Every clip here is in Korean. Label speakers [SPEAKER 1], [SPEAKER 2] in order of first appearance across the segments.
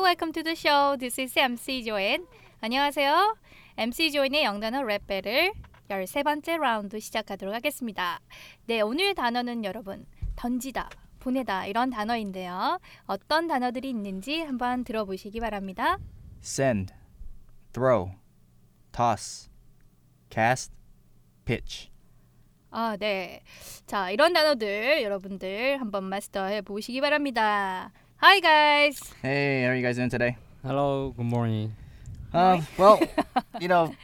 [SPEAKER 1] Welcome to the show. This is MC 조엔. 안녕하세요. MC 조엔의 영단어 랩 배틀 13번째 라운드 시작하도록 하겠습니다. 네, 오늘 단어는 여러분 던지다, 보내다 이런 단어인데요. 어떤 단어들이 있는지 한번 들어보시기 바랍니다.
[SPEAKER 2] send, throw, toss, cast, pitch.
[SPEAKER 1] 아, 네. 자, 이런 단어들 여러분들 한번 마스터해 보시기 바랍니다. Hi guys.
[SPEAKER 2] Hey, how are you guys doing today?
[SPEAKER 3] Hello, good morning.
[SPEAKER 2] Um, well, you know,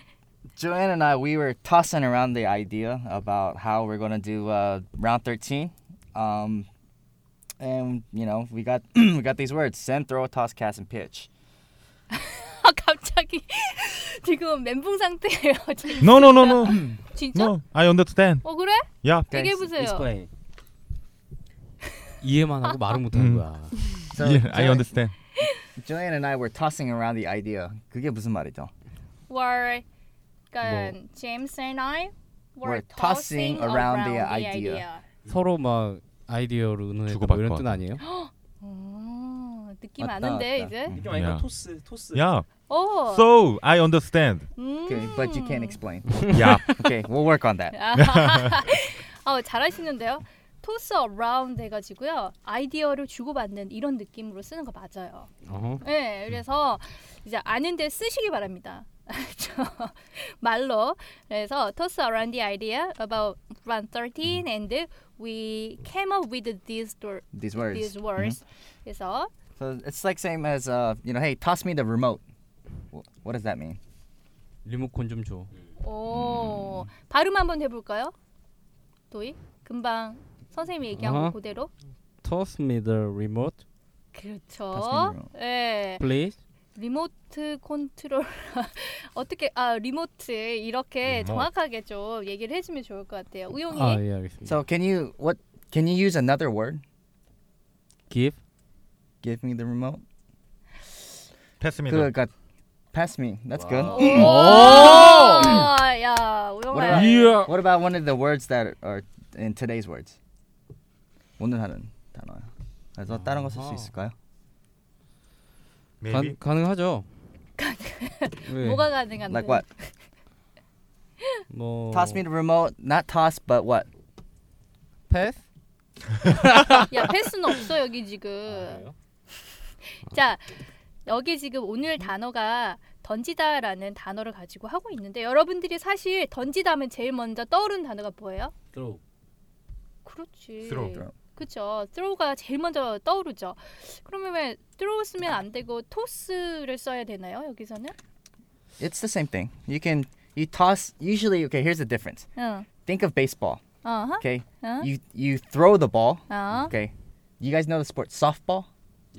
[SPEAKER 2] Joanne and I, we were tossing around the idea about how we're going to do uh, round 13. Um, and, you know, we got we got these words send, throw, toss, cast, and pitch.
[SPEAKER 1] 아, 갑자기 지금 멘붕 상태예요. 지금.
[SPEAKER 4] No, no, no, no,
[SPEAKER 1] 진짜?
[SPEAKER 4] no. I understand.
[SPEAKER 1] 어, 그래?
[SPEAKER 4] Yeah.
[SPEAKER 1] 얘기해 보세요.
[SPEAKER 3] Explain. 이해만 하고 말을 못 하는
[SPEAKER 4] 음.
[SPEAKER 3] 거야.
[SPEAKER 2] So,
[SPEAKER 4] yeah, I
[SPEAKER 2] Joanne-
[SPEAKER 4] understand.
[SPEAKER 2] Joanne and I were tossing around the idea. 그게 무슨 말이죠?
[SPEAKER 1] were 그러니까 James and I were,
[SPEAKER 2] 뭐, Were tossing around the idea.
[SPEAKER 3] 서로 막 아이디어로 의논했고 뭐
[SPEAKER 5] 주고받고
[SPEAKER 3] 이런 뜻
[SPEAKER 5] 하다.
[SPEAKER 3] 아니에요?
[SPEAKER 1] 오, 느낌
[SPEAKER 2] 왔다,
[SPEAKER 1] 아는데
[SPEAKER 2] 왔다. 음.
[SPEAKER 1] 이제. 어.
[SPEAKER 6] 느낌 아니까
[SPEAKER 4] 야.
[SPEAKER 6] 토스 토스
[SPEAKER 4] Yeah.
[SPEAKER 1] 오.
[SPEAKER 4] So I understand.
[SPEAKER 1] 음.
[SPEAKER 2] Okay, but you can't
[SPEAKER 1] Mm.
[SPEAKER 2] explain.
[SPEAKER 4] Yeah.
[SPEAKER 2] Okay, we'll work on that.
[SPEAKER 1] 어, 잘하시는데요. 토스 어라운드 해가지고요 아이디어를 주고받는 이런 느낌으로 쓰는 거 맞아요.
[SPEAKER 3] 어허.
[SPEAKER 1] 네, 그래서 이제 아는데 쓰시기 바랍니다. 저 말로 그래서 toss around the idea about round
[SPEAKER 2] 음.
[SPEAKER 1] 13 and we came up with these do-
[SPEAKER 2] These words.
[SPEAKER 1] these words. 그래서
[SPEAKER 2] So it's like same as uh, you know, hey, toss me the remote. Wh- What does that mean?
[SPEAKER 3] 리모컨 좀 줘.
[SPEAKER 1] 오 발음 한번 해볼까요? 도희 금방 선생님이 얘기한 거
[SPEAKER 3] 어허.
[SPEAKER 1] 그대로.
[SPEAKER 3] Toss me the remote,
[SPEAKER 2] Toss me the
[SPEAKER 1] 그렇죠.
[SPEAKER 2] remote.
[SPEAKER 1] 예.
[SPEAKER 3] please.
[SPEAKER 1] 리모트 컨트롤 어떻게 아 리모트 이렇게
[SPEAKER 4] 리모트.
[SPEAKER 1] 정확하게 좀 얘기를 해주면 좋을 것 같아요. 우영이
[SPEAKER 3] 아, 예, 알겠습니다.
[SPEAKER 2] So can you what can you use another word?
[SPEAKER 3] Give.
[SPEAKER 2] Give me the remote.
[SPEAKER 4] Pass me
[SPEAKER 2] Good,
[SPEAKER 4] the.
[SPEAKER 2] got pass me. That's good.
[SPEAKER 1] 오! 야, 우영아.
[SPEAKER 2] What
[SPEAKER 3] Yeah.
[SPEAKER 2] What about one of the words that are in today's words? 오늘 하는 단어요. 그래서 다른 거 쓸 수
[SPEAKER 3] 아하.
[SPEAKER 2] 있을까요?
[SPEAKER 3] 가,
[SPEAKER 4] Maybe.
[SPEAKER 3] 가능하죠. 네.
[SPEAKER 1] 뭐가 가능한데?
[SPEAKER 2] Like what?
[SPEAKER 3] 뭐
[SPEAKER 2] Toss me the remote. Not toss, but what?
[SPEAKER 3] pass?
[SPEAKER 1] 야, 패스는 없어 여기 지금. 자, 여기 지금 오늘 단어가 던지다라는 단어를 가지고 하고 있는데 여러분들이 사실 던지다면 제일 먼저 떠오르는 단어가 뭐예요?
[SPEAKER 3] Throw.
[SPEAKER 1] 그렇지.
[SPEAKER 4] Throw.
[SPEAKER 2] Throw.
[SPEAKER 1] 그렇죠. throw가 제일 먼저 떠오르죠. 그러면 왜 throw 쓰면 안 되고 toss를 써야 되나요? 여기서는?
[SPEAKER 2] It's the same thing. You can you toss. Usually, okay. Here's the difference.
[SPEAKER 1] 응.
[SPEAKER 2] Think of baseball.
[SPEAKER 1] 어허.
[SPEAKER 2] Okay.
[SPEAKER 1] 응.
[SPEAKER 2] You you throw the ball.
[SPEAKER 1] 어.
[SPEAKER 2] Okay. You guys know the sport softball?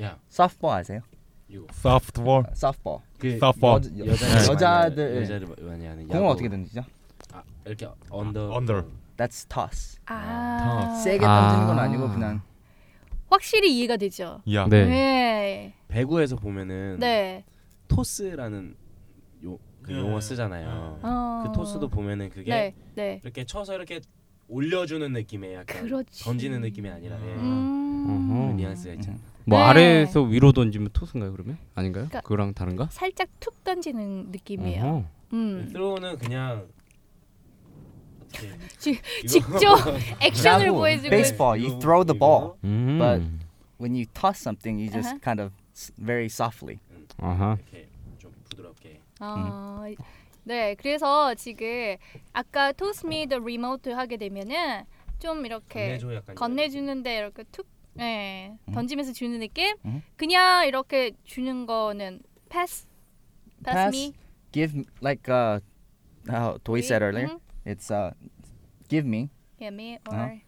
[SPEAKER 3] 야,
[SPEAKER 2] softball 아세요?
[SPEAKER 4] Software.
[SPEAKER 2] softball.
[SPEAKER 6] 그
[SPEAKER 4] Softball.
[SPEAKER 2] 여-
[SPEAKER 6] 여자들
[SPEAKER 2] 여자들-
[SPEAKER 1] 네.
[SPEAKER 6] 여자를 많이 하는
[SPEAKER 2] 공은
[SPEAKER 6] 야구.
[SPEAKER 2] 어떻게 던지죠?
[SPEAKER 6] 아, 이렇게 아, 언더
[SPEAKER 4] 언더.
[SPEAKER 2] That's toss.
[SPEAKER 1] 아.
[SPEAKER 2] 세게
[SPEAKER 3] 아.
[SPEAKER 2] 던지는 건 아니고 그냥
[SPEAKER 1] 확실히 이해가 되죠.
[SPEAKER 4] Yeah.
[SPEAKER 3] 네.
[SPEAKER 1] 네.
[SPEAKER 6] 배구에서 보면은
[SPEAKER 1] 네.
[SPEAKER 6] 토스라는 요, 그
[SPEAKER 4] 예.
[SPEAKER 6] 용어 쓰잖아요.
[SPEAKER 1] 어.
[SPEAKER 6] 그 토스도 보면은 그게
[SPEAKER 1] 네. 네.
[SPEAKER 6] 이렇게 쳐서 이렇게 올려주는 느낌의 약간
[SPEAKER 1] 그렇지.
[SPEAKER 6] 던지는 느낌이 아니라 예.
[SPEAKER 1] 음.
[SPEAKER 6] 그
[SPEAKER 3] 어허.
[SPEAKER 6] 뉘앙스가 있잖아.
[SPEAKER 3] 뭐
[SPEAKER 1] 네.
[SPEAKER 3] 아래에서 위로 던지면 토스인가요, 그러면? 아닌가요?
[SPEAKER 1] 그러니까-
[SPEAKER 3] 그거랑 다른가?
[SPEAKER 1] 살짝 툭 던지는 느낌이에요.
[SPEAKER 3] 어허.
[SPEAKER 1] 음.
[SPEAKER 6] 스로우는 그 그냥 어떻게
[SPEAKER 1] 지-
[SPEAKER 6] 이거-
[SPEAKER 1] 직접 액션을
[SPEAKER 2] 야구,
[SPEAKER 1] 보여주고
[SPEAKER 2] baseball, you throw the ball.
[SPEAKER 3] 음.
[SPEAKER 2] But- When you toss something, you
[SPEAKER 1] Uh-huh.
[SPEAKER 2] just kind of s- very softly.
[SPEAKER 3] 아하.
[SPEAKER 6] 이렇게 좀 부드럽게
[SPEAKER 1] 아, 네, 그래서 지금 아까 toss me the remote 하게 되면은 좀 이렇게
[SPEAKER 6] 건네줘 약간
[SPEAKER 1] 건네주는데 이렇게 툭, 네,
[SPEAKER 2] 음.
[SPEAKER 1] 던지면서 주는 느낌.
[SPEAKER 2] 음.
[SPEAKER 1] 그냥 이렇게 주는 거는 pass, pass,
[SPEAKER 2] Pass.
[SPEAKER 1] me.
[SPEAKER 2] Give m- like uh how Toy said earlier.
[SPEAKER 1] 음,
[SPEAKER 2] It's uh give me
[SPEAKER 1] yeah, me or
[SPEAKER 2] 어.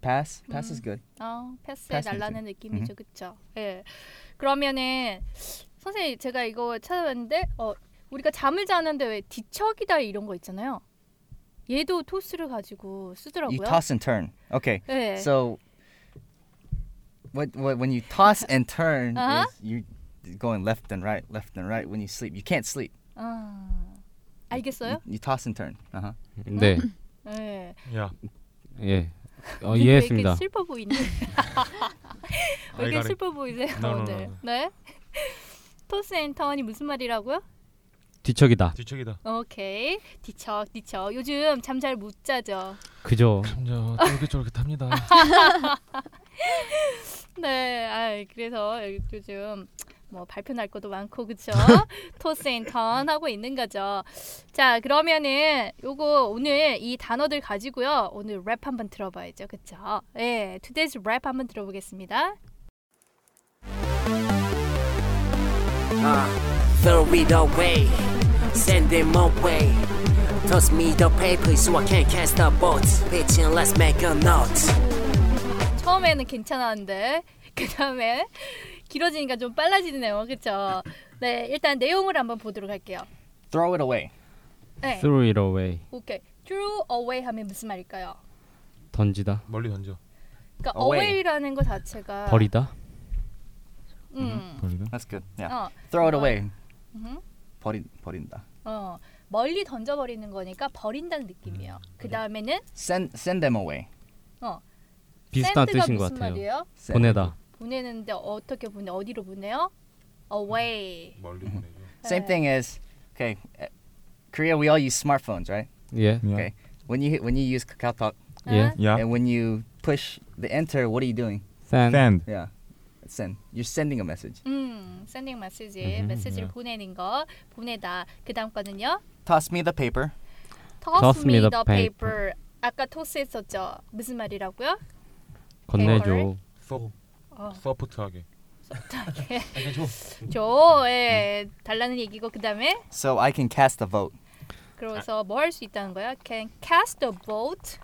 [SPEAKER 2] pass. Pass is good.
[SPEAKER 1] 어, 패스해
[SPEAKER 2] 패스
[SPEAKER 1] 달라는 느낌이죠, 그렇죠? 예. 그러면은 선생님 제가 이거 찾아봤는데 어, 우리가 잠을 자는데 왜 뒤척이다 이런 거 있잖아요. 얘도 토스를 가지고
[SPEAKER 2] You
[SPEAKER 1] 쓰더라고요.
[SPEAKER 2] toss and turn. Oh, Okay.
[SPEAKER 1] 예.
[SPEAKER 2] So what, what when you toss and turn
[SPEAKER 1] Uh-huh.
[SPEAKER 2] is you going left and right, left and right when you sleep. You can't sleep.
[SPEAKER 1] 아, 알겠어요?
[SPEAKER 2] You, you toss and turn. Uh-huh.
[SPEAKER 3] 네.
[SPEAKER 1] 예.
[SPEAKER 4] Yeah.
[SPEAKER 3] 예. 어,
[SPEAKER 1] 근데 왜
[SPEAKER 3] 이해했습니다.
[SPEAKER 1] 이렇게 슬퍼 보이니? 왜 이렇게
[SPEAKER 4] I got it.
[SPEAKER 1] 슬퍼 어, 보이세요
[SPEAKER 4] No, no, no,
[SPEAKER 1] 오늘?
[SPEAKER 4] no.
[SPEAKER 1] 네. 토스 앤 턴이 무슨 말이라고요?
[SPEAKER 3] 뒤척이다.
[SPEAKER 4] 뒤척이다.
[SPEAKER 1] 오케이 뒤척 뒤척 요즘 잠 잘 못 자죠.
[SPEAKER 3] 그죠.
[SPEAKER 4] 점점 쫄깃쫄깃합니다.
[SPEAKER 1] 네, 아 그래서 요즘 뭐 발표 날 것도 많고 그쵸? 토스 앤턴 하고 있는 거죠. 자 그러면은 요거 오늘 이 단어들 가지고요 오늘 랩 한번 들어봐야죠, 그쵸? 예, today's rap 한번 들어보겠습니다.
[SPEAKER 5] Uh, throw it away, send them away. Toss me the paper so I can cast the vote. Bitch, and let's make a note.
[SPEAKER 1] 처음에는 괜찮았는데 그 다음에 길어지니까 좀 빨라지네요, 그쵸? 네, 일단 내용을 한번 보도록 할게요.
[SPEAKER 2] Throw it away.
[SPEAKER 1] 네,
[SPEAKER 3] Throw it away.
[SPEAKER 1] 오케이. Throw away 하면 무슨 말일까요?
[SPEAKER 3] 던지다.
[SPEAKER 4] 멀리 던져.
[SPEAKER 1] 그러니까
[SPEAKER 2] Away.
[SPEAKER 1] away라는 거 자체가
[SPEAKER 3] 버리다.
[SPEAKER 1] 음.
[SPEAKER 4] 멀리다.
[SPEAKER 2] That's good. Yeah.
[SPEAKER 1] 어,
[SPEAKER 2] Throw it away.
[SPEAKER 1] 음.
[SPEAKER 2] 버린 버린다.
[SPEAKER 1] 어, 멀리 던져버리는 거니까 버린다는 느낌이에요.
[SPEAKER 3] 네.
[SPEAKER 1] 그 다음에는
[SPEAKER 2] Send send them away.
[SPEAKER 3] 비슷한
[SPEAKER 1] send가
[SPEAKER 3] 뜻인 것
[SPEAKER 1] 무슨
[SPEAKER 3] 같아요.
[SPEAKER 1] 말이에요?
[SPEAKER 2] Send.
[SPEAKER 3] 보내다.
[SPEAKER 1] 보내는데 어떻게 보내? 어디로 보내요? Away.
[SPEAKER 4] 멀리 보내줘.
[SPEAKER 2] Same
[SPEAKER 1] 네.
[SPEAKER 2] thing as okay. uh, Korea, we all use smartphones, right?
[SPEAKER 3] 예.
[SPEAKER 4] 음.
[SPEAKER 2] Okay. When you hit- when you use Kakao Talk
[SPEAKER 3] 예.
[SPEAKER 1] 아,
[SPEAKER 4] 야.
[SPEAKER 2] and when you push the enter, what are you doing?
[SPEAKER 3] Send.
[SPEAKER 4] Stand.
[SPEAKER 2] Yeah, send. You're sending a message.
[SPEAKER 1] 음, sending message,
[SPEAKER 3] 음,
[SPEAKER 1] 메시지를
[SPEAKER 4] 네.
[SPEAKER 1] 보내는 거 보내다. 그 다음 거는요.
[SPEAKER 2] Toss me the paper.
[SPEAKER 1] Toss,
[SPEAKER 3] Toss
[SPEAKER 1] me
[SPEAKER 3] me
[SPEAKER 1] the
[SPEAKER 3] the
[SPEAKER 1] paper. 아까 toss 했었죠. 무슨 말이라고요?
[SPEAKER 3] 건네줘.
[SPEAKER 4] 서
[SPEAKER 1] 어.
[SPEAKER 4] 서포트하게.
[SPEAKER 1] 줘, 예,
[SPEAKER 3] 음.
[SPEAKER 1] 달라는 얘기고 그 다음에
[SPEAKER 2] So I can cast a vote.
[SPEAKER 1] 그래서 뭐 할 수 있다는 거야? Can cast a vote.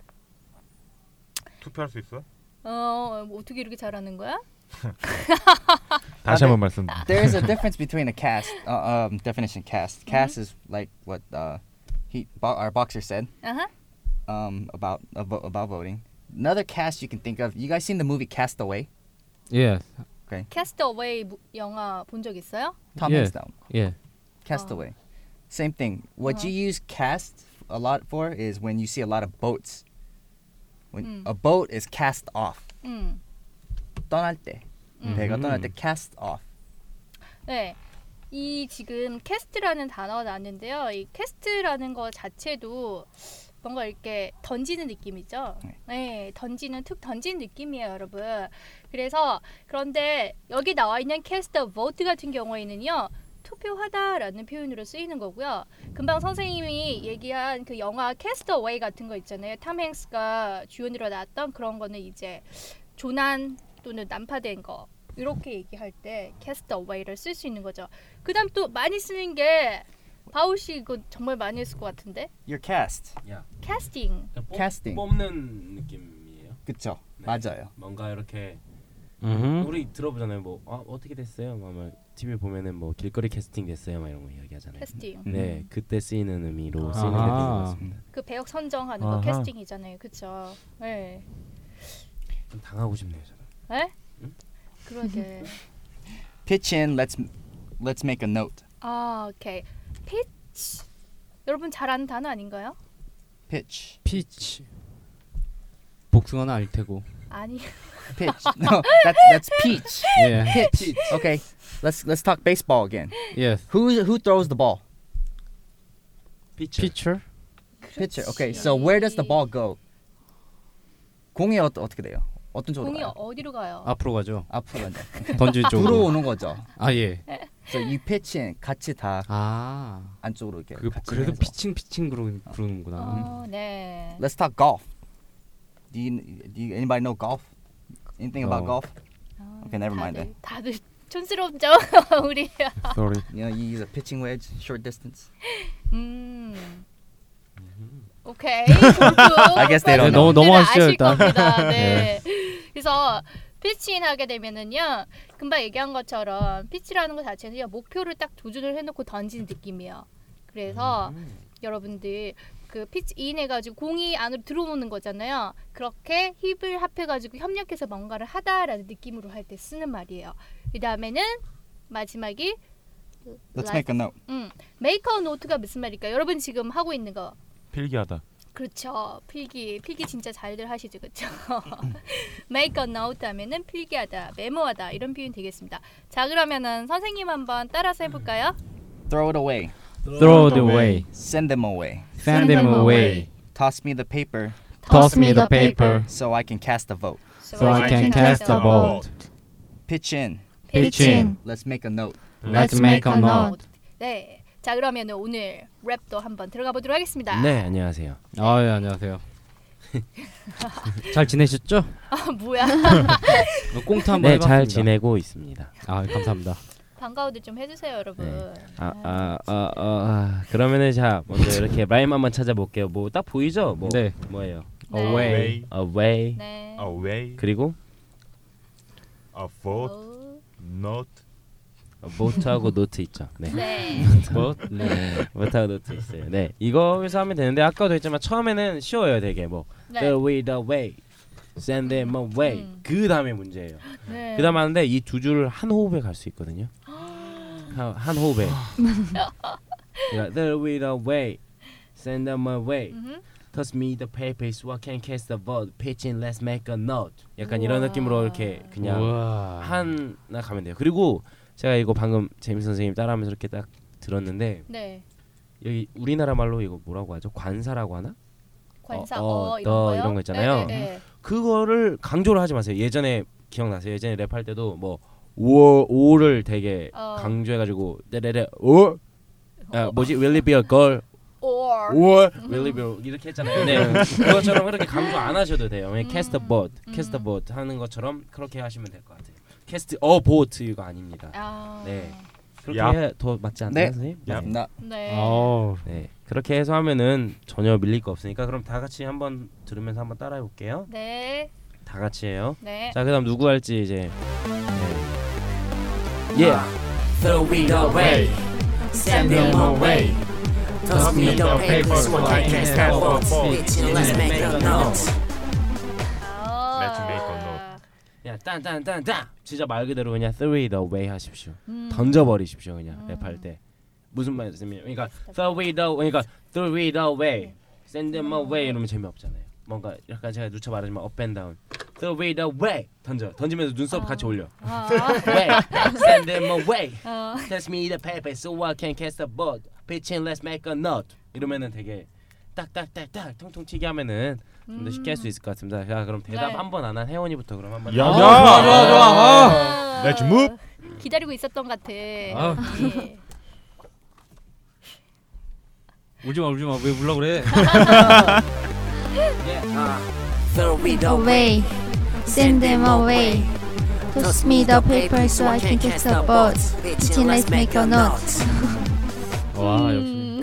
[SPEAKER 4] 투표할 수 있어?
[SPEAKER 1] 어, 뭐 어떻게 이렇게 잘하는 거야?
[SPEAKER 4] 다시
[SPEAKER 2] 아, 네.
[SPEAKER 4] 한번 말씀.
[SPEAKER 2] There is a difference between a cast uh, um, definition. Cast. Cast is like what uh, he bo- our boxer said
[SPEAKER 1] 아하.
[SPEAKER 2] um, about abo- about voting. Another cast you can think of. You guys seen the movie Cast Away?
[SPEAKER 3] 예.
[SPEAKER 1] 캐스트 어웨이 무- 영화 본 적 있어요?
[SPEAKER 2] Tom
[SPEAKER 3] Yeah.
[SPEAKER 2] Hanks though.
[SPEAKER 3] 예.
[SPEAKER 2] Castaway. Same thing. What you use cast a lot for is when you see a lot of boats. When
[SPEAKER 1] Mm.
[SPEAKER 2] a boat is cast off.
[SPEAKER 1] 음.
[SPEAKER 2] 떠날 때. 배가 떠날 때
[SPEAKER 3] 음.
[SPEAKER 2] cast off.
[SPEAKER 1] 네. 이 지금 캐스트라는 단어가 나왔는데요. 이 캐스트라는 거 자체도 뭔가 이렇게 던지는 느낌이죠.
[SPEAKER 2] 네.
[SPEAKER 1] 네, 던지는 툭 던지는 느낌이에요, 여러분. 그래서 그런데 여기 나와 있는 캐스트 vote 같은 경우에는요. 투표하다라는 표현으로 쓰이는 거고요. 금방 선생님이 얘기한 그 영화 캐스트 어웨이 같은 거 있잖아요. 탐 행스가 주연으로 나왔던 그런 거는 이제 조난 또는 난파된 거 이렇게 얘기할 때 캐스트 어웨이를 쓸 수 있는 거죠. 그다음 또 많이 쓰는 게 바울 씨 이거 정말 많이 했을 것 같은데
[SPEAKER 2] You're cast.
[SPEAKER 6] 야,
[SPEAKER 1] 캐스팅.
[SPEAKER 6] 그러니까 뽑,
[SPEAKER 2] Casting.
[SPEAKER 6] 뽑는 느낌이에요.
[SPEAKER 2] 그쵸?
[SPEAKER 6] 네.
[SPEAKER 2] 맞아요.
[SPEAKER 6] 뭔가 이렇게
[SPEAKER 3] 음흠.
[SPEAKER 6] 우리 들어보잖아요. 뭐 아, 어떻게 됐어요? 막, 막 TV 보면은 뭐 길거리 캐스팅 됐어요. 막 이런 거 이야기하잖아요.
[SPEAKER 1] 캐스팅.
[SPEAKER 6] 네, 그때 쓰이는 의미로 쓰이는 게 되는 것
[SPEAKER 3] 아하.
[SPEAKER 6] 같습니다.
[SPEAKER 1] 그 배역 선정하는 거
[SPEAKER 4] 아하.
[SPEAKER 1] 캐스팅이잖아요. 그쵸 예.
[SPEAKER 6] 좀 당하고 싶네요, 저는.
[SPEAKER 1] 예? 그러게.
[SPEAKER 2] Pitch in. Let's let's make a note.
[SPEAKER 1] 아, 오케이. 피치. 여러분 잘 아는 단어 아닌가요?
[SPEAKER 2] Pitch.
[SPEAKER 3] 피치. 복숭아는 알 테고.
[SPEAKER 1] 아니.
[SPEAKER 2] Pitch. no, that's that's peach.
[SPEAKER 3] 예.
[SPEAKER 2] Pitch. Okay. Let's let's talk baseball again.
[SPEAKER 3] 예.
[SPEAKER 2] Who who throws the ball?
[SPEAKER 6] 피처.
[SPEAKER 3] 피처. 어.
[SPEAKER 2] Pitcher. Okay. So where does the ball go? 공이 어, 어떻게 돼요? 어떤 쪽으로
[SPEAKER 1] 공이
[SPEAKER 2] 가요? 아.
[SPEAKER 1] 어디로 가요?
[SPEAKER 3] 앞으로 가죠.
[SPEAKER 2] 앞으로 이제
[SPEAKER 3] 던질 쪽으로.
[SPEAKER 2] 들어오는 거죠.
[SPEAKER 3] 아 예.
[SPEAKER 2] 그래서 이 패치는 같이 다
[SPEAKER 3] 아.
[SPEAKER 2] 안쪽으로 이렇게
[SPEAKER 3] 그
[SPEAKER 2] 같이
[SPEAKER 3] 그래도
[SPEAKER 2] 해서.
[SPEAKER 3] 피칭 피칭 그러 그러는구나.
[SPEAKER 1] 어, 네.
[SPEAKER 2] Let's talk golf. Do you, do you anybody know golf? Anything about
[SPEAKER 3] No.
[SPEAKER 2] golf? Okay, never mind
[SPEAKER 1] 다들,
[SPEAKER 2] then.
[SPEAKER 1] 다들 촌스럽죠 우리.
[SPEAKER 4] Sorry.
[SPEAKER 2] You know, you use a pitching wedge, short distance.
[SPEAKER 1] 음. 오케이. 골프.
[SPEAKER 2] I guess they
[SPEAKER 1] 골프는
[SPEAKER 2] don't know.
[SPEAKER 3] 넘- 넘어가시죠,
[SPEAKER 1] 아실
[SPEAKER 3] 일단.
[SPEAKER 1] 겁니다. 네. 그래서 피치인 하게 되면은요, 금방 얘기한 것처럼 피치라는 것 자체는요 목표를 딱 조준을 해놓고 던지는 느낌이에요. 그래서
[SPEAKER 2] 음.
[SPEAKER 1] 여러분들 그 피치인 해가지고 공이 안으로 들어오는 거잖아요. 그렇게 힙을 합해가지고 협력해서 뭔가를 하다라는 느낌으로 할 때 쓰는 말이에요. 그 다음에는 마지막이
[SPEAKER 2] Let's make a note.
[SPEAKER 1] 음, 메이커 노트가 무슨 말일까? 여러분 지금 하고 있는 거
[SPEAKER 4] 필기하다.
[SPEAKER 1] 그렇죠. 필기 필기 진짜 잘들 하시죠, 그렇죠? make a note 하면은 필기하다, 메모하다 이런 표현 되겠습니다. 자 그러면은 선생님 한번 따라서 해볼까요?
[SPEAKER 2] Throw it away.
[SPEAKER 7] Throw it away.
[SPEAKER 2] Send them away.
[SPEAKER 7] Send them away.
[SPEAKER 2] Toss me the paper
[SPEAKER 7] Toss me the paper
[SPEAKER 2] so I can cast a vote.
[SPEAKER 7] so I can cast a vote.
[SPEAKER 2] Pitch in.
[SPEAKER 7] Pitch in.
[SPEAKER 2] Let's make a note.
[SPEAKER 7] Let's make a note.
[SPEAKER 1] 네. 자 그러면 오늘 랩도 한번 들어가 보도록 하겠습니다.
[SPEAKER 6] 네 안녕하세요.
[SPEAKER 3] 아, 예, 안녕하세요. 잘 지내셨죠?
[SPEAKER 1] 아 뭐야?
[SPEAKER 3] 어, 꽁트 한번
[SPEAKER 6] 네
[SPEAKER 3] 해봤습니다.
[SPEAKER 6] 잘 지내고 있습니다.
[SPEAKER 3] 아, 감사합니다.
[SPEAKER 1] 반가워들 좀 해주세요, 여러분.
[SPEAKER 6] 아 아 아 아 그러면은 자 먼저 이렇게 라임 한번 찾아볼게요. 뭐 딱 보이죠? 뭐
[SPEAKER 3] 네.
[SPEAKER 6] 뭐예요?
[SPEAKER 1] 네.
[SPEAKER 3] Away.
[SPEAKER 6] Away
[SPEAKER 1] 네.
[SPEAKER 4] away
[SPEAKER 6] 그리고
[SPEAKER 4] a vote
[SPEAKER 1] 어.
[SPEAKER 4] not
[SPEAKER 6] 보트하고 어, 노트 있죠. 네.
[SPEAKER 1] 네.
[SPEAKER 3] 뭐? 네.
[SPEAKER 6] 못하고 노트 있어요. 네 이거에서 하면 되는데 아까도 했지만 처음에는 쉬워요 되게 뭐
[SPEAKER 1] 네.
[SPEAKER 6] The way the way Send them away
[SPEAKER 1] 음.
[SPEAKER 6] 그 다음에 문제예요
[SPEAKER 1] 네.
[SPEAKER 6] 그 다음 하는데 이 두 줄을 한 호흡에 갈 수 있거든요 한, 한 호흡에 그러니까 The way the way Send them away
[SPEAKER 1] 음흠.
[SPEAKER 6] Toss me the papers What can cast the vote Pitch in let's make a note 약간 이런
[SPEAKER 1] 우와.
[SPEAKER 6] 느낌으로 이렇게 그냥
[SPEAKER 3] 우와.
[SPEAKER 6] 하나 가면 돼요 그리고 제가 이거 방금 재미 선생님 따라하면서 이렇게 딱 들었는데
[SPEAKER 1] 네.
[SPEAKER 6] 여기 우리나라 말로 이거 뭐라고 하죠? 관사라고 하나?
[SPEAKER 1] 관사
[SPEAKER 6] 어,
[SPEAKER 1] 어,
[SPEAKER 6] 어,
[SPEAKER 1] 이런
[SPEAKER 6] 더
[SPEAKER 1] 거요.
[SPEAKER 6] 이런 거 있잖아요.
[SPEAKER 1] 네, 네, 네.
[SPEAKER 6] 그거를 강조를 하지 마세요. 예전에 기억나세요? 예전에 랩할 때도 뭐 오, 오를 되게
[SPEAKER 1] 어.
[SPEAKER 6] 강조해가지고 레레레 오 아, 뭐지? Will it be a girl?
[SPEAKER 1] Or
[SPEAKER 6] 오 Will it be a... 이렇게 했잖아요. 네. 그것처럼 그렇게 강조 안 하셔도 돼요. 그냥 cast a boat, cast a boat 하는 것처럼 그렇게 하시면 될 것 같아요. cast a boat 이거 아닙니다.
[SPEAKER 1] 아.
[SPEAKER 6] 네. 그렇게
[SPEAKER 4] 얍.
[SPEAKER 6] 해야 더 맞지 않나요,
[SPEAKER 2] 네.
[SPEAKER 6] 선생님?
[SPEAKER 4] 얍.
[SPEAKER 6] 네.
[SPEAKER 2] No.
[SPEAKER 1] 네.
[SPEAKER 3] 어.
[SPEAKER 6] 네. 그렇게 해서 하면은 전혀 밀릴 거 없으니까 그럼 다 같이 한번 들으면서 한번 따라해 볼게요.
[SPEAKER 1] 네.
[SPEAKER 6] 다 같이 해요.
[SPEAKER 1] 네.
[SPEAKER 6] 자, 그다음 누구 할지 이제 네. 예.
[SPEAKER 5] Throw it 아, away. Send them away. Toss me the paper so I can cast a vote. Bitch, let's make a note.
[SPEAKER 1] 아.
[SPEAKER 4] Let's make a note.
[SPEAKER 6] 야, 딴딴딴딴. 진짜 말 그대로 그냥 throw it away 하십시오.
[SPEAKER 1] 음.
[SPEAKER 6] 던져 버리십시오, 그냥 랩할 때. 무슨 말씀이에요? 그러니까 throw it away. 그러니까 throw it away. Send them away 이러면 재미없잖아요. 뭔가 약간 제가 누차 말하지만 up and down. Throw it away. 던져. 던지면서 눈썹 같이 올려.
[SPEAKER 1] 아.
[SPEAKER 6] Way. Send them away.
[SPEAKER 1] 어.
[SPEAKER 6] Test me the paper so I can cast a boat. Pitching, let's make a note. 이러면은 되게 딱딱딱딱 통통 튀게 하면은 좀 더 쉽게 할 수 있을 것 같습니다. 자, 그럼 대답
[SPEAKER 1] 네.
[SPEAKER 6] 한 번 안 한 혜원이부터 그럼 한번.
[SPEAKER 4] 야,
[SPEAKER 6] 어,
[SPEAKER 4] 야.
[SPEAKER 6] 좋아, 좋아, 좋아.
[SPEAKER 1] 아.
[SPEAKER 6] 어,
[SPEAKER 4] Let's move.
[SPEAKER 1] 기다리고 있었던 것 같아.
[SPEAKER 3] 아.
[SPEAKER 1] 예.
[SPEAKER 3] 울지 마, 울지 마. 왜 울라 그래?
[SPEAKER 5] Throw it away.
[SPEAKER 8] away. Send them away. Toss me the paper so I can cast a vote.
[SPEAKER 5] Bitch, let's make a note.
[SPEAKER 3] 와, 역시.
[SPEAKER 1] 음.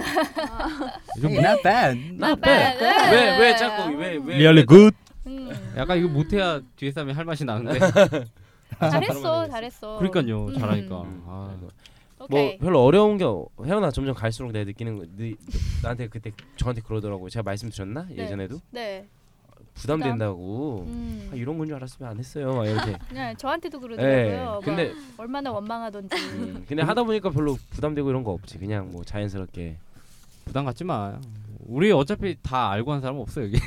[SPEAKER 2] Hey, not bad.
[SPEAKER 6] 나 빼.
[SPEAKER 1] 네.
[SPEAKER 6] 왜, 왜 자꾸 왜 왜?
[SPEAKER 4] Really good.
[SPEAKER 1] 음.
[SPEAKER 3] 약간 이거 못해야 뒤에 사람이 할 맛이 나는데.
[SPEAKER 6] 뭐
[SPEAKER 1] 잘했어, 잘했어.
[SPEAKER 3] 그러니까요,
[SPEAKER 1] 음.
[SPEAKER 3] 잘하니까.
[SPEAKER 6] 음.
[SPEAKER 3] 아,
[SPEAKER 6] 뭐
[SPEAKER 1] 오케이.
[SPEAKER 6] 별로 어려운 게 어- 혜원아 점점 갈수록 내가 느끼는 거 네, 나한테 그때 저한테 그러더라고요. 제가 말씀드렸나 예전에도
[SPEAKER 1] 네.
[SPEAKER 6] 부담된다고.
[SPEAKER 1] 음.
[SPEAKER 6] 아, 이런 건 줄 알았으면 안 했어요. 막 이렇게.
[SPEAKER 1] 네, 저한테도
[SPEAKER 6] 예.
[SPEAKER 1] 그러더라고요. 막
[SPEAKER 6] 근데
[SPEAKER 1] 얼마나 원망하던지.
[SPEAKER 6] 음, 근데 하다 보니까 별로 부담되고 이런 거 없지. 그냥 뭐 자연스럽게.
[SPEAKER 3] 부담 갖지 마. 우리 어차피 다 알고 한 사람 없어 여기.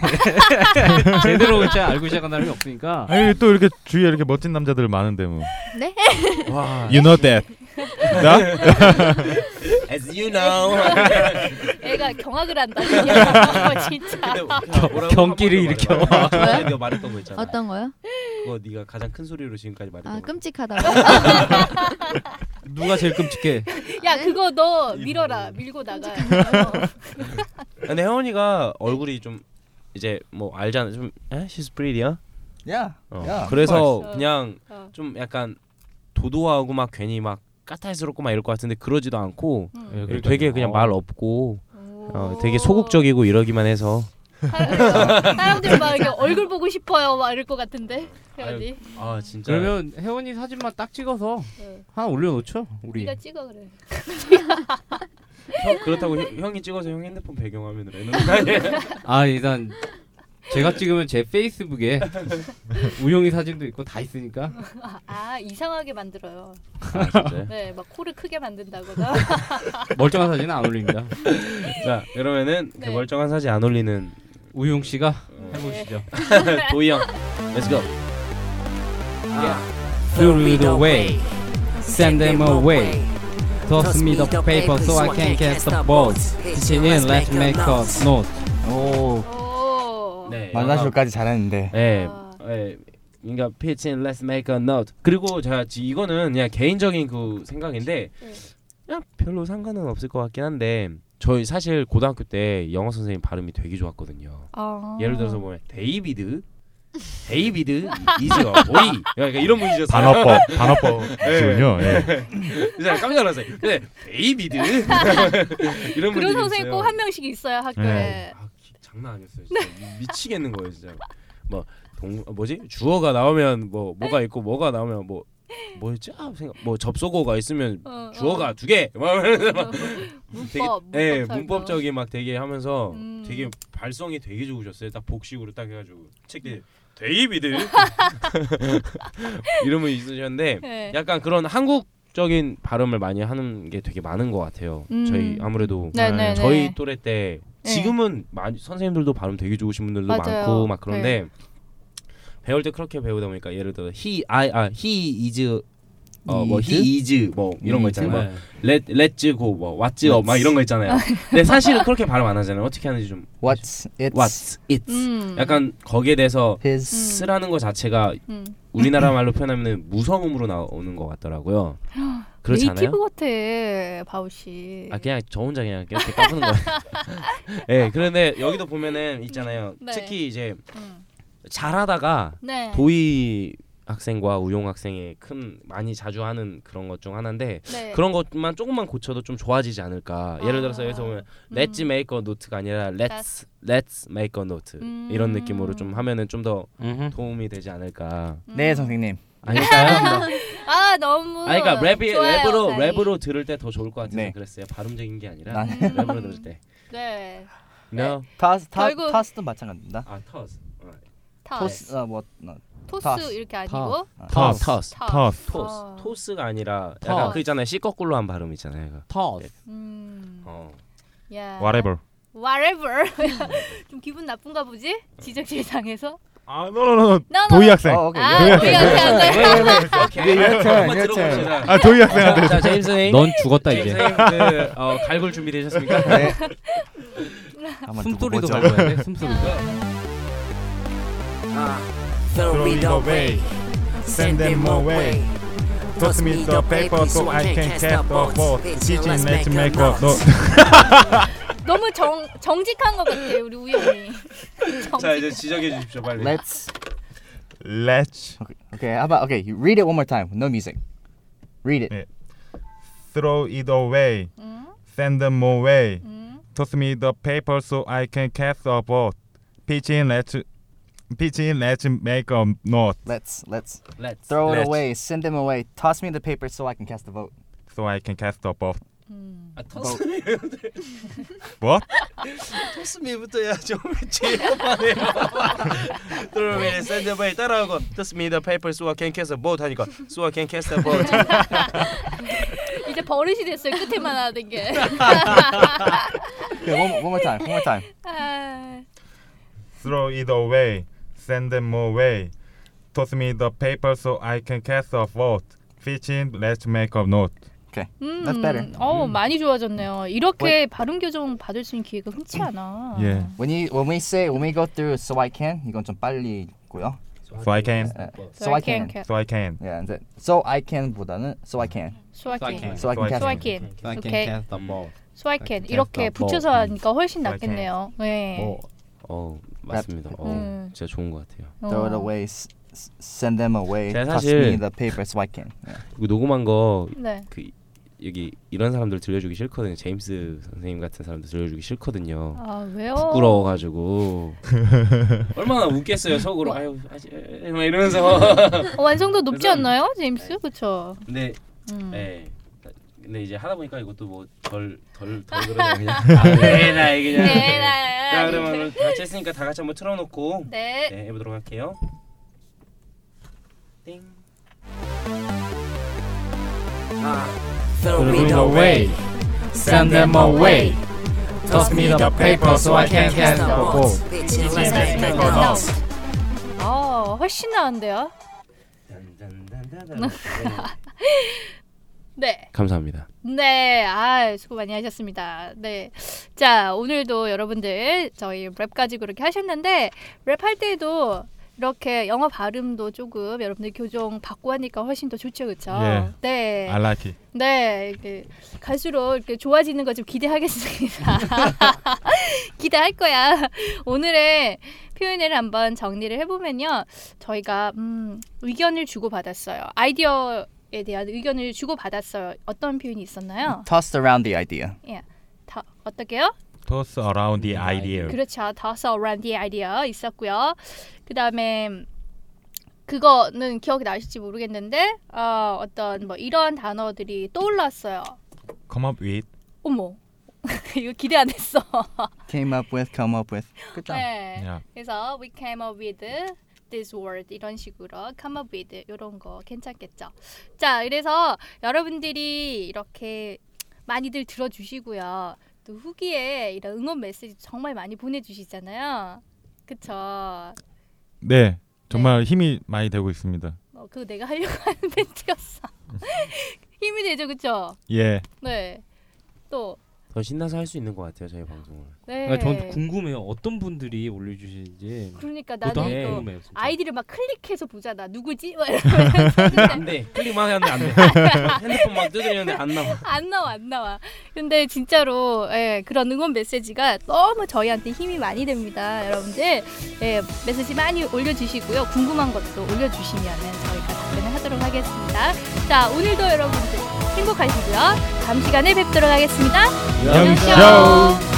[SPEAKER 3] 제대로 진짜 알고 시작한 사람이 없으니까.
[SPEAKER 4] 아니 또 이렇게 주위에 이렇게 멋진 남자들 많은데 뭐.
[SPEAKER 8] 네?
[SPEAKER 6] 와.
[SPEAKER 4] You know that. 나?
[SPEAKER 6] As you know.
[SPEAKER 1] 애가 경악을 한다. 그냥. 어, 진짜.
[SPEAKER 3] 경기를 일으켜.
[SPEAKER 6] 네가 말했던 거 있잖아.
[SPEAKER 8] 아, 어떤 거요?
[SPEAKER 6] 그거 네가 가장 큰 소리로 지금까지
[SPEAKER 8] 아
[SPEAKER 6] 말했던 거.
[SPEAKER 8] 끔찍하다고.
[SPEAKER 3] 누가 제일 끔찍해?
[SPEAKER 1] 야 그거 너 밀어라 밀고 나가
[SPEAKER 6] 근데 혜원이가 얼굴이 좀 이제 뭐 알잖아. 좀 에? she's pretty야.
[SPEAKER 2] Yeah. Yeah.
[SPEAKER 6] 어.
[SPEAKER 2] of course.
[SPEAKER 6] 그래서
[SPEAKER 1] course.
[SPEAKER 6] 그냥
[SPEAKER 1] 어.
[SPEAKER 6] 좀 약간 도도하고 막 괜히 막 까탈스럽고 막 이럴 것 같은데 그러지도 않고 되게 아, 그냥 말 없고 어, 되게 소극적이고 이러기만 해서
[SPEAKER 1] 사람들 막 이렇게 얼굴 보고 싶어요 막 이럴 것 같은데 혜원이
[SPEAKER 6] 아 진짜
[SPEAKER 3] 그러면 혜원이 사진만 딱 찍어서
[SPEAKER 1] 응.
[SPEAKER 3] 하나 올려놓죠 우리.
[SPEAKER 1] 네가 찍어 그래
[SPEAKER 6] 형, 그렇다고 형, 형이 찍어서 형 핸드폰 배경화면으로 해놓는
[SPEAKER 3] 아 일단 제가 찍으면 제 페이스북에 우영이 사진도 있고 다 있으니까.
[SPEAKER 1] 아 이상하게 만들어요
[SPEAKER 6] 거아요
[SPEAKER 1] 네막 코를 크게 만든다거나
[SPEAKER 3] 멀쩡한 사진은 안 올립니다.
[SPEAKER 6] 자 그러면은
[SPEAKER 1] 네.
[SPEAKER 6] 그 멀쩡한 사진 안 올리는
[SPEAKER 3] 우용 씨가 해보시죠.
[SPEAKER 6] 도희 형, let's go.
[SPEAKER 3] Through the way, send them away. Toss me the paper so I can catch the boat. Pitching in, let's make a note.
[SPEAKER 2] 오
[SPEAKER 1] 오.
[SPEAKER 6] 네.
[SPEAKER 2] 만나쇼까지 잘했는데.
[SPEAKER 6] 네.
[SPEAKER 1] 아.
[SPEAKER 6] 네. 그러니까 pitch in, let's make a note. 그리고 제가 지- 이거는 그냥 개인적인 그 생각인데
[SPEAKER 1] 네.
[SPEAKER 6] 그냥 별로 상관은 없을 것 같긴 한데 저희 사실 고등학교 때 영어 선생님 발음이 되게 좋았거든요.
[SPEAKER 1] 아.
[SPEAKER 6] 예를 들어서 보면 데이비드 데이비드 이즈어 오이 그러니까 이런 분이죠
[SPEAKER 4] 단어법 단어법
[SPEAKER 6] 네.
[SPEAKER 4] 이군요. 예.
[SPEAKER 6] 진짜 네, 깜짝 놀랐어요 근데 데이비드 이런 분이
[SPEAKER 1] 그런 선생님 꼭 한 명씩 있어요 학교에.
[SPEAKER 4] 네.
[SPEAKER 6] 아, 기- 장난 아니었어요 진짜
[SPEAKER 1] 네.
[SPEAKER 6] 미- 미치겠는 거예요 진짜 뭐동 뭐지 주어가 나오면 뭐 뭐가 있고 뭐가 나오면 뭐 뭐였지 아 생각 뭐 접속어가 있으면
[SPEAKER 1] 어,
[SPEAKER 6] 주어가 두개막
[SPEAKER 1] 어. 문법.
[SPEAKER 6] 예
[SPEAKER 1] 문법 설명.
[SPEAKER 6] 문법적인 막 되게 하면서
[SPEAKER 1] 음.
[SPEAKER 6] 되게 발성이 되게 좋으셨어요. 딱 복식으로 딱 해가지고
[SPEAKER 1] 네.
[SPEAKER 6] 책들 데이비드 이름을 있으셨는데
[SPEAKER 1] 네.
[SPEAKER 6] 약간 그런 한국적인 발음을 많이 하는 게 되게 많은 것 같아요.
[SPEAKER 1] 음.
[SPEAKER 6] 저희 아무래도
[SPEAKER 1] 네네네.
[SPEAKER 6] 저희 또래 때
[SPEAKER 1] 네.
[SPEAKER 6] 지금은 많이 선생님들도 발음 되게 좋으신 분들도
[SPEAKER 1] 맞아요. 네.
[SPEAKER 6] 많고 막 그런데 배울 때 그렇게 배우다 보니까 예를 들어 he I 아 he is 어뭐 he is 뭐 이런 거 있잖아요. 막 let let's go 뭐 what's up 막 이런 거 있잖아요. 근데 사실은 그렇게 발음 안 하잖아요. 어떻게 하는지 좀
[SPEAKER 2] What's it's
[SPEAKER 6] what's it
[SPEAKER 1] 음.
[SPEAKER 6] 약간 거기에 대해서
[SPEAKER 2] his
[SPEAKER 6] 쓰라는 거 자체가
[SPEAKER 1] 음.
[SPEAKER 6] 우리나라 말로 표현하면 무성음으로 나오는 것 같더라고요. 그렇지 않아요?
[SPEAKER 1] 네이티브 같아 바우 씨.
[SPEAKER 6] 아 그냥 저 혼자 그냥 이렇게 까부는 거예요. 예, 네, 그런데 여기도 보면은 있잖아요.
[SPEAKER 1] 네.
[SPEAKER 6] 특히 이제
[SPEAKER 1] 음.
[SPEAKER 6] 잘하다가
[SPEAKER 1] 네.
[SPEAKER 6] 도희 학생과 우용 학생의 큰 많이 자주 하는 그런 것 중 하나인데
[SPEAKER 1] 네.
[SPEAKER 6] 그런 것만 조금만 고쳐도 좀 좋아지지 않을까. 예를 들어서 여기서 보면
[SPEAKER 1] 음.
[SPEAKER 6] let's make a note가 아니라 let's let's make a note
[SPEAKER 1] 음.
[SPEAKER 6] 이런 느낌으로 좀 하면은 좀 더
[SPEAKER 3] 음흠.
[SPEAKER 6] 도움이 되지 않을까.
[SPEAKER 2] 네 선생님.
[SPEAKER 6] 아닐까요?
[SPEAKER 1] 아 너무.
[SPEAKER 6] 아, 그러니까 랩이
[SPEAKER 1] 좋아요, 네.
[SPEAKER 6] 랩으로
[SPEAKER 1] 사이.
[SPEAKER 6] 랩으로 들을 때 더 좋을 것 같아서
[SPEAKER 2] 네.
[SPEAKER 6] 그랬어요. 발음적인 게 아니라
[SPEAKER 2] 난-
[SPEAKER 6] 랩으로 들을 때.
[SPEAKER 1] 네.
[SPEAKER 6] No.
[SPEAKER 2] 타스 타
[SPEAKER 1] 결국-
[SPEAKER 2] 타스도 마찬가지입니다.
[SPEAKER 6] 아 토스.
[SPEAKER 1] 토스.
[SPEAKER 2] 토스 어뭐 어,
[SPEAKER 1] 토스
[SPEAKER 2] 토스.
[SPEAKER 1] 이렇게 아니고.
[SPEAKER 3] 토스.
[SPEAKER 4] 토스. 터스
[SPEAKER 6] 토스.
[SPEAKER 1] 아.
[SPEAKER 6] 토스. 토스가 아니라
[SPEAKER 3] 토스.
[SPEAKER 6] 약간 그 있잖아요. 시꺼꿀로 한 발음 있잖아요. 이거.
[SPEAKER 3] Toss.
[SPEAKER 1] 음.
[SPEAKER 6] 어.
[SPEAKER 1] 야.
[SPEAKER 4] whatever.
[SPEAKER 1] Whatever. 좀 기분 나쁜가 보지? 지적질 당해서.
[SPEAKER 4] 아 no no no, no.
[SPEAKER 1] No, no.
[SPEAKER 4] 도희 학생.
[SPEAKER 2] 어 오케이.
[SPEAKER 1] 아,
[SPEAKER 2] 예.
[SPEAKER 1] 우리가 그냥
[SPEAKER 6] 왜, 왜, 왜? 오케이.
[SPEAKER 2] 예, your turn,
[SPEAKER 6] 한번
[SPEAKER 2] your
[SPEAKER 6] 들어봅시다.
[SPEAKER 4] 아 도희 학생한테.
[SPEAKER 6] 자, 제임스 님.
[SPEAKER 3] 넌 죽었다
[SPEAKER 6] 제임스
[SPEAKER 3] 이제.
[SPEAKER 6] 님. 그 어, 갈굴 준비되셨습니까?
[SPEAKER 2] 네. 한번 두고
[SPEAKER 3] 숨소리도
[SPEAKER 2] 보죠.
[SPEAKER 3] 갈고야 돼. 숨소리도.
[SPEAKER 5] Throw it away. Send them away. Toss me the paper so I can catch the boat. Teaching let's make a note.
[SPEAKER 1] 너무 정 정직한 것 같아 우리 우영이.
[SPEAKER 6] 자,
[SPEAKER 1] 정직.
[SPEAKER 6] 이제 지적해 주십시오, 빨리.
[SPEAKER 2] Let's
[SPEAKER 4] Let's
[SPEAKER 2] okay. How about okay? You read it one more time. No music. Read it.
[SPEAKER 4] 네. throw it away. Send them away.
[SPEAKER 1] 음.
[SPEAKER 4] Toss me the paper so I can catch a boat. Pitching let's pitching let's make a note
[SPEAKER 2] Let's let's
[SPEAKER 6] Let's.
[SPEAKER 2] throw it
[SPEAKER 4] Let's.
[SPEAKER 2] away. Send them away. Toss me the paper so I can cast a vote.
[SPEAKER 4] so I can catch a boat.
[SPEAKER 1] 음.
[SPEAKER 6] 아, 토스.
[SPEAKER 4] What?
[SPEAKER 6] 토스미부터 해야죠. 제일 빠네요. 그러면 샌드바이 따라하고 토스미더 페이퍼 수아 캔 캐서 보트 하니까 수아 캔 캐서 보트.
[SPEAKER 1] 이제 버릇이 됐어요 끝에만 하는 게.
[SPEAKER 2] Okay, one, one more time. One more time.
[SPEAKER 1] 아,
[SPEAKER 4] Throw it away. Send them away. Toss me the paper so I can cast a vote. Fishing, let's make a note.
[SPEAKER 1] 음.
[SPEAKER 2] That's better.
[SPEAKER 1] 어 많이 좋아졌네요. 이렇게 발음 교정 받을 수 있는 기회가 흔치 않아.
[SPEAKER 4] Yeah.
[SPEAKER 2] When you when we say when we go through so I can 이건 좀 빨리 있고요.
[SPEAKER 4] So I can.
[SPEAKER 2] 예.
[SPEAKER 1] So, I can. can.
[SPEAKER 4] So I can.
[SPEAKER 2] Yeah, and then so I can 보다는 so I can.
[SPEAKER 1] So I
[SPEAKER 3] So I
[SPEAKER 4] 예.
[SPEAKER 1] can.
[SPEAKER 3] can.
[SPEAKER 2] 예. So I
[SPEAKER 1] So
[SPEAKER 2] can cast.
[SPEAKER 1] I
[SPEAKER 2] it.
[SPEAKER 1] can.
[SPEAKER 3] I can
[SPEAKER 1] Okay.
[SPEAKER 3] catch the ball.
[SPEAKER 1] So I can. 이렇게
[SPEAKER 3] can.
[SPEAKER 1] 붙여서 하니까 훨씬
[SPEAKER 4] So I can.
[SPEAKER 1] 낫겠네요. 네.
[SPEAKER 6] 어, 어 맞습니다. 어,
[SPEAKER 1] 음.
[SPEAKER 6] 진짜 좋은 것 같아요.
[SPEAKER 2] Throw it
[SPEAKER 1] 어.
[SPEAKER 2] away. S- s- send them away.
[SPEAKER 6] 제가
[SPEAKER 2] Toss
[SPEAKER 6] 사실-
[SPEAKER 2] me the paper so I can. Yeah.
[SPEAKER 6] 그리고 녹음한 거
[SPEAKER 1] 네.
[SPEAKER 6] 그, 여기 이런 사람들 들려주기 싫거든요. 제임스 선생님 같은 사람들 들려주기 싫거든요.
[SPEAKER 1] 아 왜요?
[SPEAKER 6] 부끄러워가지고 얼마나 웃겠어요 속으로 아유 아직 에, 막 이러면서
[SPEAKER 1] 어, 완성도 높지
[SPEAKER 6] 그래서-
[SPEAKER 1] 않나요, 제임스? 그렇죠.
[SPEAKER 6] 근데
[SPEAKER 1] 음.
[SPEAKER 6] 예. 근데 이제 하다 보니까 이것도 뭐 뭐덜덜덜 그러네 그냥. 아, 네, 나 이게 그냥.
[SPEAKER 1] 네,
[SPEAKER 6] 자,
[SPEAKER 1] 나.
[SPEAKER 6] 그러면 같이 했으니까 다 같이 한번 틀어놓고
[SPEAKER 1] 네.
[SPEAKER 6] 네, 해보도록 할게요. 띵.
[SPEAKER 5] Throw
[SPEAKER 7] Throw it away. Send them away.
[SPEAKER 3] Toss me the paper so I can cast the vote.
[SPEAKER 5] Pitching, let's make a note.
[SPEAKER 1] 어, 훨씬 나은데요?
[SPEAKER 6] 딴딴딴딴딴. 네.
[SPEAKER 1] 네.
[SPEAKER 6] 감사합니다.
[SPEAKER 1] 네, 아, 수고 많이 하셨습니다. 네. 자, 오늘도 여러분들 저희 랩 가지고 이렇게 하셨는데, 랩할 때도 이렇게 영어 발음도 조금 여러분들 교정 받고 하니까 훨씬 더 좋죠, 그쵸?
[SPEAKER 4] 예.
[SPEAKER 1] 네.
[SPEAKER 4] I like it.
[SPEAKER 1] 네, 이렇게 갈수록 이렇게 좋아지는 거 좀 기대하겠습니다. 기대할 거야. 오늘의 표현을 한번 정리를 해보면요. 저희가 음, 의견을 주고받았어요. 아이디어에 대한 의견을 주고받았어요. 어떤 표현이 있었나요?
[SPEAKER 2] Tossed around the idea.
[SPEAKER 1] 다, 어떻게요?
[SPEAKER 4] Toss around the idea.
[SPEAKER 1] 그렇죠. Toss around the idea 있었고요. 그 다음에 그거는 기억이 나실지 모르겠는데 어, 어떤 뭐 이런 단어들이 떠올랐어요.
[SPEAKER 4] Come up with.
[SPEAKER 1] 어머 이거 기대 안 했어.
[SPEAKER 2] Came up with, come up with. Good job.
[SPEAKER 1] 네.
[SPEAKER 4] Yeah.
[SPEAKER 1] 그래서 we came up with this word 이런 식으로 come up with 이런 거 괜찮겠죠. 자, 그래서 여러분들이 이렇게 많이들 들어주시고요. 또 후기에 이런 응원 메시지 정말 많이 보내주시잖아요. 그쵸?
[SPEAKER 4] 네. 정말 힘이 많이 되고 있습니다.
[SPEAKER 1] 어, 그거 내가 하려고 하는 멘트였어. 힘이 되죠, 그쵸?
[SPEAKER 4] 예.
[SPEAKER 1] 네. 또
[SPEAKER 6] 더 신나서 할 수 있는 것 같아요 저희 방송을.
[SPEAKER 1] 네.
[SPEAKER 9] 아, 전 궁금해요. 어떤 분들이 올려주시는지.
[SPEAKER 1] 그러니까
[SPEAKER 9] 그것도
[SPEAKER 1] 나는
[SPEAKER 9] 한번
[SPEAKER 1] 이거
[SPEAKER 9] 궁금해요. 진짜.
[SPEAKER 1] 아이디를 막 클릭해서 보잖아. 누구지? 막 이러면서
[SPEAKER 6] 안돼 클릭만 했는데 안돼 핸드폰 막 두드리는데 안 나와.
[SPEAKER 1] 안 나와 안 나와. 근데 진짜로 예, 그런 응원 메시지가 너무 저희한테 힘이 많이 됩니다. 여러분들 예, 메시지 많이 올려주시고요. 궁금한 것도 올려주시면 저희가 답변을 하도록 하겠습니다. 자 오늘도 여러분들 행복하시고요. 다음 시간에 뵙도록 하겠습니다. 안녕.